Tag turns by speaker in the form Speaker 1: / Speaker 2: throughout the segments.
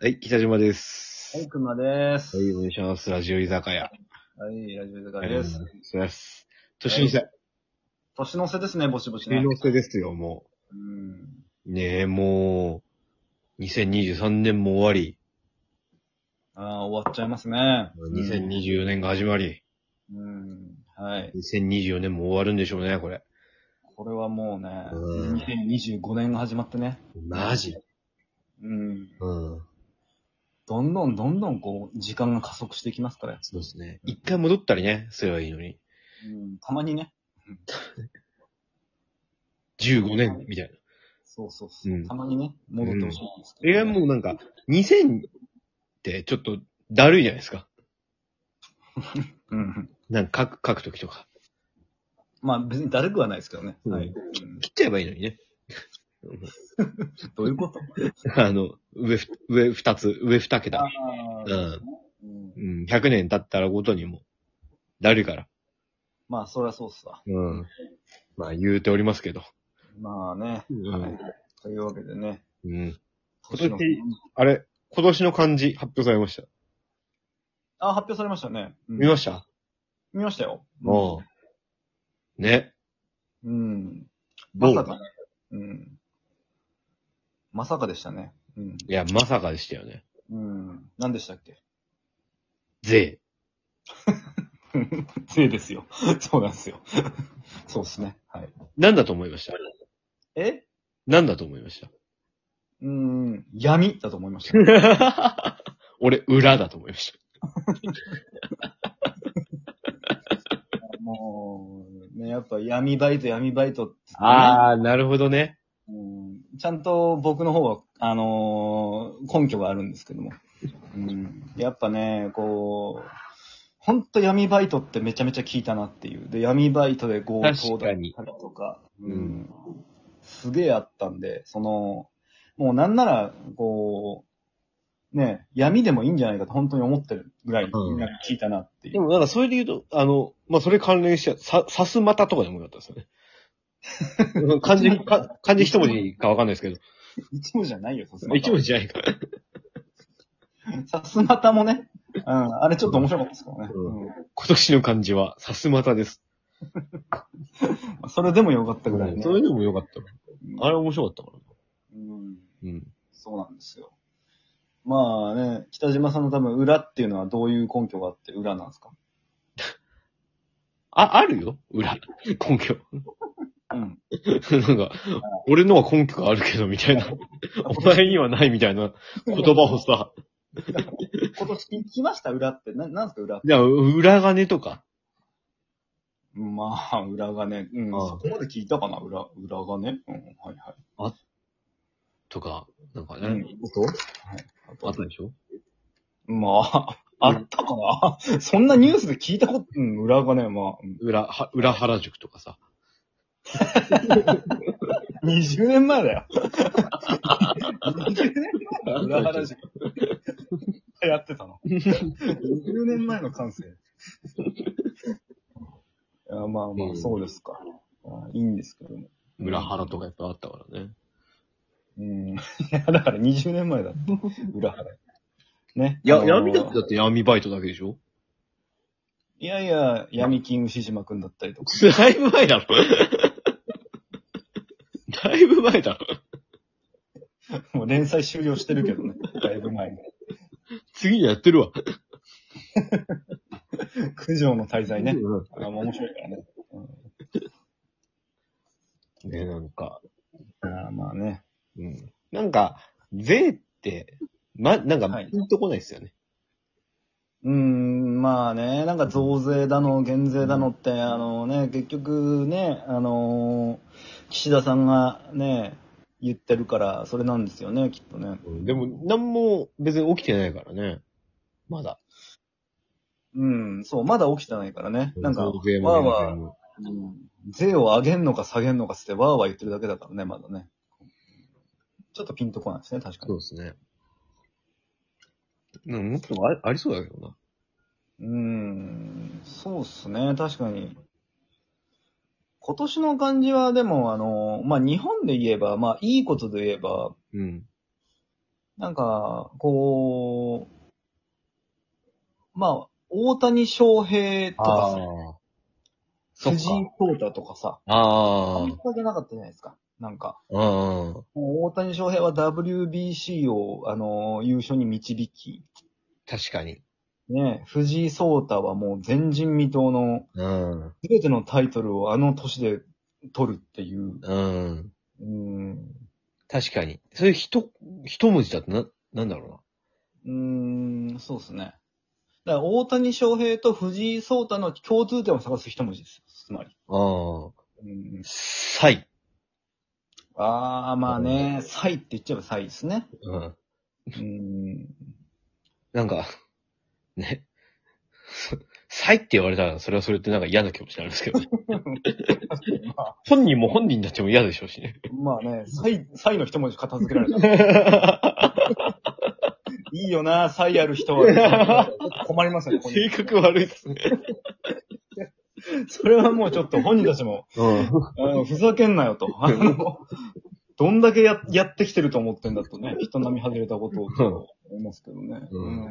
Speaker 1: はい、北島です。
Speaker 2: はい、くんまです。
Speaker 1: はい、お願いします。ラジオ居酒屋。
Speaker 2: はい、ラジオ
Speaker 1: あ
Speaker 2: 坂です
Speaker 1: りがとう。ございます。年の瀬。
Speaker 2: 年の瀬ですね、ぼしぼしね
Speaker 1: 年。の瀬ですよ、も
Speaker 2: うん。
Speaker 1: う。ねえ、もう、2023年も終わり、
Speaker 2: ああ、終わっちゃいますね。
Speaker 1: 2024年が始まり、
Speaker 2: うん。はい。
Speaker 1: 2024年も終わるんでしょうね、これ。
Speaker 2: これはもうね、
Speaker 1: うん
Speaker 2: 2025年が始まってね。
Speaker 1: マジ
Speaker 2: うん。
Speaker 1: うん。
Speaker 2: どんどんどんどんこう、時間が加速していきますから。
Speaker 1: そうですね。一回戻ったりね、すればいいのに。
Speaker 2: うん。たまにね。
Speaker 1: 15年、みたい
Speaker 2: そうそうそう。
Speaker 1: うん
Speaker 2: たまにね、戻ってほしいですけ
Speaker 1: な。い
Speaker 2: どね、
Speaker 1: や、もうなんか、2000ってちょっと、だるいじゃないですか。
Speaker 2: うん。
Speaker 1: なんか書く、書くときとか。
Speaker 2: まあ別にだるくはないですけどね。
Speaker 1: うん
Speaker 2: はい、うん
Speaker 1: 切っちゃえばいいのにね。
Speaker 2: どういうこと
Speaker 1: あの、上ふ、上二つ、上二桁。
Speaker 2: あ
Speaker 1: う
Speaker 2: ー
Speaker 1: ん。
Speaker 2: うん
Speaker 1: うん、100年経ったらごとにも、だるいから。
Speaker 2: まあ、そりゃそうっすわ。
Speaker 1: うん。まあ言うておりますけど。
Speaker 2: まあね。
Speaker 1: う
Speaker 2: はい。というわけでね。
Speaker 1: うん。今
Speaker 2: 年
Speaker 1: 年
Speaker 2: の
Speaker 1: あれ、今年の漢字発表されました。
Speaker 2: あ、発表されましたね。うん
Speaker 1: 見ました
Speaker 2: 見ましたよ。
Speaker 1: うん。ね。
Speaker 2: うん。
Speaker 1: ど
Speaker 2: ま
Speaker 1: う
Speaker 2: さかね。うん。まさかでしたね。うん。
Speaker 1: いや、まさかでしたよね。
Speaker 2: うん。何でしたっ け
Speaker 1: 税。
Speaker 2: せいですよ。そうなんですよ。そうですね。はい。
Speaker 1: なんだと思いました
Speaker 2: え
Speaker 1: なんだと思いまし
Speaker 2: うん。闇だと思いました。
Speaker 1: た俺、裏だと思いまし
Speaker 2: もう、ね、やっぱ闇バイト、闇バイトって言って
Speaker 1: た。
Speaker 2: ね、
Speaker 1: あー、なるほどね。
Speaker 2: うんちゃんと僕の方は、あのー根拠があるんですけども。うん、やっぱね、こう、ほんと闇バイトってめちゃめちゃ効いたなっていう。で、闇バイトで強盗
Speaker 1: 確
Speaker 2: だった
Speaker 1: か
Speaker 2: り
Speaker 1: に
Speaker 2: とか、
Speaker 1: ん
Speaker 2: うん、すげえあったんで、その、もうなんなら、こう、ね、闇でもいいんじゃないかと本当に思ってるぐらい、
Speaker 1: うん
Speaker 2: なんか効いたなってい
Speaker 1: で
Speaker 2: う。
Speaker 1: もなんかそれで言うと、あの、まあ、それ関連しちゃう、さ、さすまたとかでもよかったですよ ね。漢字、か漢字一文字かわかんないですけど、
Speaker 2: 一部じゃないよ、さすまた。
Speaker 1: 一文字じゃない から。
Speaker 2: さすまたもね、うん、あれちょっと面白かったですからね。
Speaker 1: うん
Speaker 2: うん
Speaker 1: 今年の漢字は、さすまたです。
Speaker 2: それでもよかったぐらいね。
Speaker 1: それでもよかったの。あれ面白かったか
Speaker 2: うん、
Speaker 1: ら。うん。
Speaker 2: そうなんですよ。まあね、北島さんの多分裏っていうのはどういう根拠があって裏なんですか
Speaker 1: あ、あるよ裏。根拠。
Speaker 2: うん。
Speaker 1: なんか、俺のは根拠があるけど、み たいな。お前にはないみたいな言葉をさ。
Speaker 2: 今年聞きました裏って。な、なんですか裏
Speaker 1: じゃ裏金とか。
Speaker 2: まあ、裏がね。うん。
Speaker 1: ああ
Speaker 2: そこまで聞いたかな裏、裏がね。うん。はいはい。
Speaker 1: とか、なんか
Speaker 2: う
Speaker 1: ね
Speaker 2: ん。あ
Speaker 1: あ
Speaker 2: と
Speaker 1: ったでしょ
Speaker 2: まあ、あったかな そんなニュースで聞いたこと、うん、裏がね、 まあ、うん
Speaker 1: 裏、は裏原宿とかさ。
Speaker 2: 20年前 だよ。20年前の裏原宿。やってたの。20年前の感性。いやまあま
Speaker 1: う
Speaker 2: あ、
Speaker 1: ん
Speaker 2: そうですか。まあいいんですけども。
Speaker 1: 裏原とかやっぱあったからね。
Speaker 2: うん。いや、だから20年前だって。裏原。ね。
Speaker 1: いや、
Speaker 2: あの
Speaker 1: 闇だってだって闇バイトだけでしょ
Speaker 2: いやいや、闇キングシジマくんだったりとか。
Speaker 1: だいぶ前 だろ。だいぶ前だろ。
Speaker 2: もう連載終了してるけどね。だいぶ前に。
Speaker 1: 次にやってるわ。
Speaker 2: 九条の滞在ね。
Speaker 1: うん
Speaker 2: あの面白いからね。
Speaker 1: ね、なんか。
Speaker 2: あーまあね。
Speaker 1: うん。なんか、税って、ま、なんか
Speaker 2: はい、
Speaker 1: ピンとこないですよね。
Speaker 2: うーん、まあね、なんか増税だの、減税だのって、あのね、結局ね、あのー岸田さんがね、言ってるから、それなんですよね、きっとね。
Speaker 1: うんでも、なんも別に起きてないからね。まだ。
Speaker 2: うん、そう、まだ起きてないからね。なんか、わ
Speaker 1: 増税
Speaker 2: ー
Speaker 1: も
Speaker 2: わー、うん税を上げんのか下げんのかつってわーわー言ってるだけだからね、まだね。ちょっとピンとこないですね、確か
Speaker 1: そ
Speaker 2: に。
Speaker 1: うですね。うん、もっとありありそうだけどな。
Speaker 2: うーん、そうっすね、確かに。今年の感じは、でも、あの、まあ、日本で言えば、まあ、いいことで言えば、
Speaker 1: うん。
Speaker 2: なんか、こう、まあ、大谷翔平とかさ、
Speaker 1: あ。そっ
Speaker 2: 藤井
Speaker 1: か。
Speaker 2: 聡太とかさ、あ
Speaker 1: あ
Speaker 2: んまじゃなかったじゃないですか。なんか、
Speaker 1: あ。うん。
Speaker 2: もう大谷翔平は WBC を、あのー優勝に導き、
Speaker 1: 確かに。
Speaker 2: ね、藤井聡太はもう前人未到の、
Speaker 1: うん。
Speaker 2: すべてのタイトルをあの年で取るっていう、
Speaker 1: うん。
Speaker 2: うん、
Speaker 1: 確かに。それ一、一文字だってな、なんだろ
Speaker 2: うーん、そうですね。だから大谷翔平と藤井聡太の共通点を探す一文字ですよ。つまり。
Speaker 1: うな。ああ。
Speaker 2: うん、
Speaker 1: サイ。
Speaker 2: ああ、まあね、才って言っちゃえば才ですね。
Speaker 1: うん。
Speaker 2: うん、
Speaker 1: なんか、ね。サイって言われたら、それはそれってなんか嫌な気持ちになるんですけど。
Speaker 2: まあ、
Speaker 1: 本人も本人になっても嫌でしょうし ね。
Speaker 2: まあね、才、才の一文字片付けられた。 いいよな、才ある人は。困りますよね、ここ
Speaker 1: 性
Speaker 2: に
Speaker 1: 格悪いですね。
Speaker 2: それはもうちょっと本人たちも、
Speaker 1: うん。
Speaker 2: あのふざけんなよと。あのどんだけややってきてると思ってんだとね、人並み外れたことをと思いますけどね。
Speaker 1: うん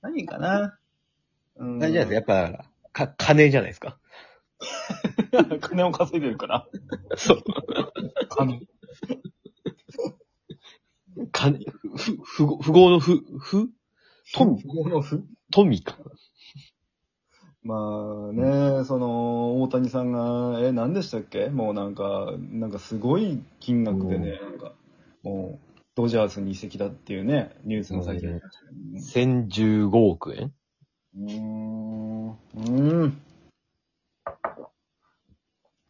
Speaker 2: 何かなうん
Speaker 1: 大事なんですやっぱ、か、金じゃないですか。
Speaker 2: 金を稼いでるから。
Speaker 1: そう。
Speaker 2: 金。
Speaker 1: 金、ふ、不合、不合の不、不富富か。
Speaker 2: まあね、その、大谷さんが、え、何でしたっけもうなんか、なんかすごい金額でね、なんか、もう、ドジャースに移籍だっていうね、ニュースも最近ありましたけどね。
Speaker 1: 千十五億円
Speaker 2: うーん。うーん。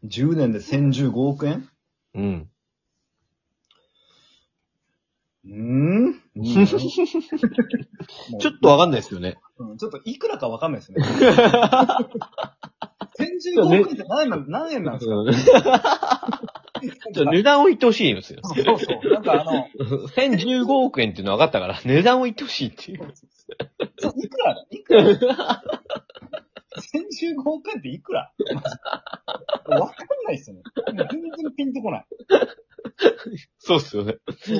Speaker 2: 10年で1015億円
Speaker 1: うん。
Speaker 2: うーん。うん
Speaker 1: ち
Speaker 2: ち
Speaker 1: ょ
Speaker 2: ょ
Speaker 1: っとわかんないですよね。
Speaker 2: うんちょっといくらかわかんない ですね。1015億円って何円なん何円なんですか
Speaker 1: ちょっと値段を言ってほしいんですよ。
Speaker 2: そうそう。なんかあの、
Speaker 1: 千十五億円っていうのは分かったから、値段を言ってほしいっていう。
Speaker 2: そういくらいくら ?1015 億円っていくらマジわかんないっすよね。もう全然ピンとこない。
Speaker 1: そうっすよね。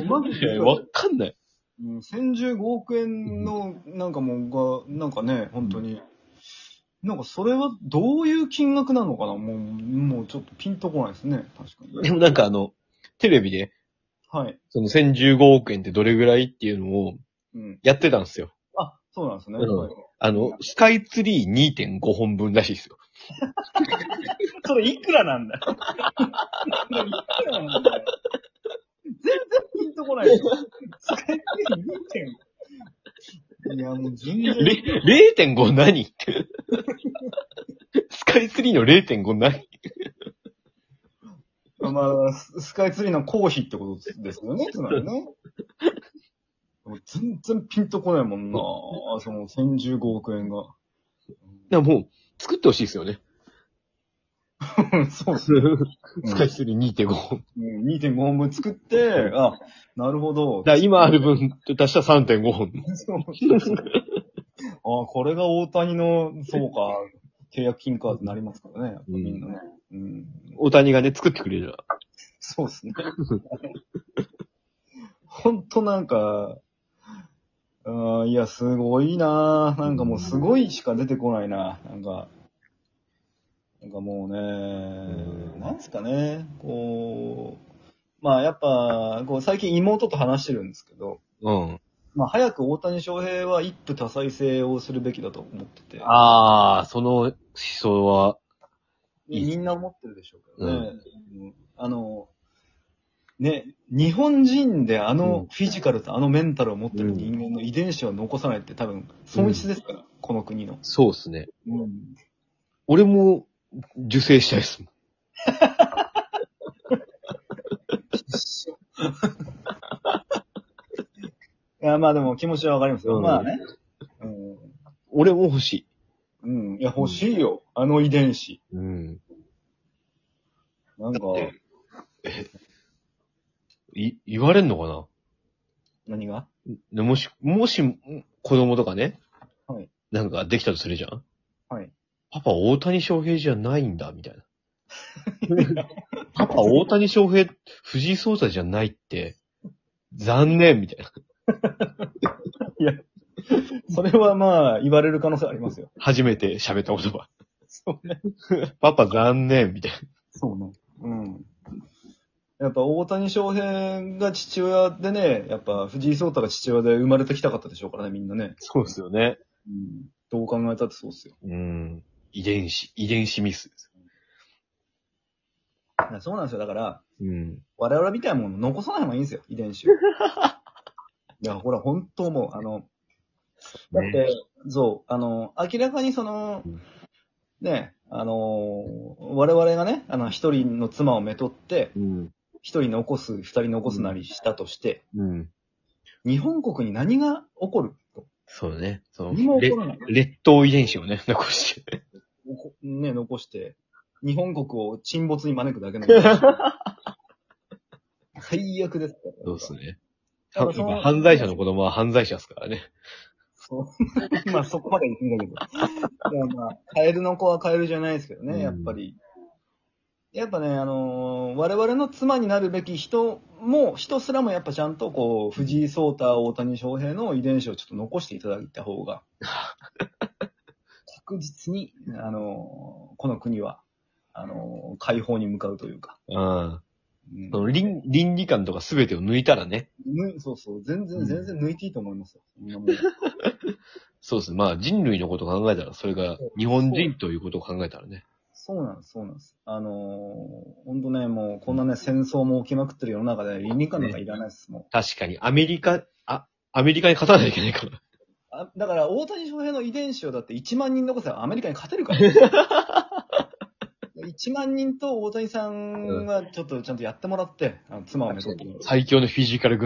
Speaker 2: マジ
Speaker 1: いや、分かんない。
Speaker 2: うん、1015億円の、なんかもうが、なんかね、本当に、なんかそれはどういう金額なのかなもう、もうちょっとピンとこないですね。確か
Speaker 1: で
Speaker 2: に。
Speaker 1: もなんかあの、テレビで、
Speaker 2: はい。
Speaker 1: その千十五億円ってどれぐらいっていうのを
Speaker 2: うん。
Speaker 1: やってたんですよ。
Speaker 2: あ、そうなんですね。
Speaker 1: うん
Speaker 2: はい
Speaker 1: あの、スカイツリー2.5本分らしいですよ。
Speaker 2: それいくらなんだ いくらなんだよ全然ピンとこない ですよ。使えて2点。いや、もう全然。
Speaker 1: れ0.5何って。 スカイツリーの0.5何
Speaker 2: まあ、ススカイツリーのコーヒーってことですよね、つまりね。もう全然ピンとこないもんなその1015億円が。
Speaker 1: なもう、作ってほしいですよね。
Speaker 2: そうっすね。
Speaker 1: スカイツリー2.5本。
Speaker 2: うん2.5本分作って、あ、なるほど。
Speaker 1: だから今ある分、出したら3.5本。
Speaker 2: そうあ、これが大谷の、そうか、契約金かってなりますからね、やっぱみんなね。うん、
Speaker 1: 大谷がね、作ってくれれば。
Speaker 2: そうですね。ほんとなんか、うん、いや、すごいなぁなんかもうすごいしか出てこないななんか、なんかもうね
Speaker 1: うん
Speaker 2: なんすかね、こう、まあやっぱ、こう最近妹と話してるんですけど、
Speaker 1: うん。
Speaker 2: まあ早く大谷翔平は一夫多妻制をするべきだと思ってて、
Speaker 1: ああ、その思想は、
Speaker 2: みんな思ってるでしょうけどね。うんあの、ね、日本人であ
Speaker 1: うん
Speaker 2: のフィジカルとあのメンタルを持ってる
Speaker 1: うん
Speaker 2: 人間の遺伝子を残さないって多分損失ですから、この国の。
Speaker 1: そうですね。俺も、受精したいですもん。
Speaker 2: いや、まあでも気持ちはわかりますよ。
Speaker 1: うん
Speaker 2: まあね。うん
Speaker 1: 俺も欲しい。
Speaker 2: うん。いや、欲しいよ。あの遺伝子。
Speaker 1: うん。
Speaker 2: なんか、
Speaker 1: い、言われんのかな
Speaker 2: 何が
Speaker 1: でもし、もし、子供とかね。
Speaker 2: はい
Speaker 1: なんかできたとするじゃん
Speaker 2: はい。
Speaker 1: パパ大谷翔平じゃないんだ、みたいな。 パパ大谷翔平、藤井聡太じゃないって、残念みたいな。
Speaker 2: それはまあ、言われる可能性ありますよ。
Speaker 1: 初めて喋った言葉。
Speaker 2: そうね。
Speaker 1: パパ残念みたいな。
Speaker 2: そうね。うん。やっぱ大谷翔平が父親でね、やっぱ藤井聡太が父親で生まれてきたかったでしょうからね、みんなね。
Speaker 1: そうですよね。
Speaker 2: うん。どう考えたってそうっすよ。
Speaker 1: うん。遺伝子、遺伝子ミスです。
Speaker 2: だからそうなんですよ。だから、
Speaker 1: うん。
Speaker 2: 我々みたいなもの残さない方がいいんですよ、遺伝 子を。いや、ほら、本当もう、あの、だって、
Speaker 1: ね
Speaker 2: そう、あの、明らかにその
Speaker 1: うん、
Speaker 2: ね、あの、我々がね、あの、一人の妻をめとって、
Speaker 1: うん。
Speaker 2: 一人残す、二人残すなりしたとして、
Speaker 1: うん。
Speaker 2: 日本国に何が起こると。
Speaker 1: そうね。そ
Speaker 2: 何も
Speaker 1: れ
Speaker 2: 起こらない。
Speaker 1: 劣等遺伝子をね、残して。
Speaker 2: おこね、残して、日本国を沈没に招くだ けのこと。最悪ですから。
Speaker 1: そうですね。
Speaker 2: だからその
Speaker 1: やっぱ犯罪者の子供は犯罪者ですからね。
Speaker 2: そう。 まあそこまで言うんだけど。でもまあ、カエルの子はカエルじゃないですけど
Speaker 1: うん
Speaker 2: ね、やっぱり。やっぱね、あのー我々の妻になるべき人も、人すらもやっぱちゃんとこう、藤井聡太、大谷翔平の遺伝子をちょっと残していただいた 方が、確実に、あのーこの国は、あのー解放に向かうというか。
Speaker 1: うん。
Speaker 2: うん
Speaker 1: その倫倫理観とか全てを抜いたらね。
Speaker 2: ぬそうそう、全
Speaker 1: う
Speaker 2: 然、
Speaker 1: ん
Speaker 2: 全然抜いていいと思いますよ。そんなもん
Speaker 1: そうですね。まあ人類のことを考えたら、それが日本人ということを考えたらね。
Speaker 2: そうなんです、そうなんです。あのー、ほんとね、もう、こんなね、戦争も起きまくってる世の中で、倫理観なんかいらないです、もう。
Speaker 1: 確かにアメリカ、あ、アメリカに勝たなきゃいけないから。
Speaker 2: あだから、大谷翔平の遺伝子をだって1万人残せばアメリカに勝てるから。1万人と大谷さんはちょっとちゃんとやってもらって、あの妻をめとってもらう。
Speaker 1: 最強のフィジカル軍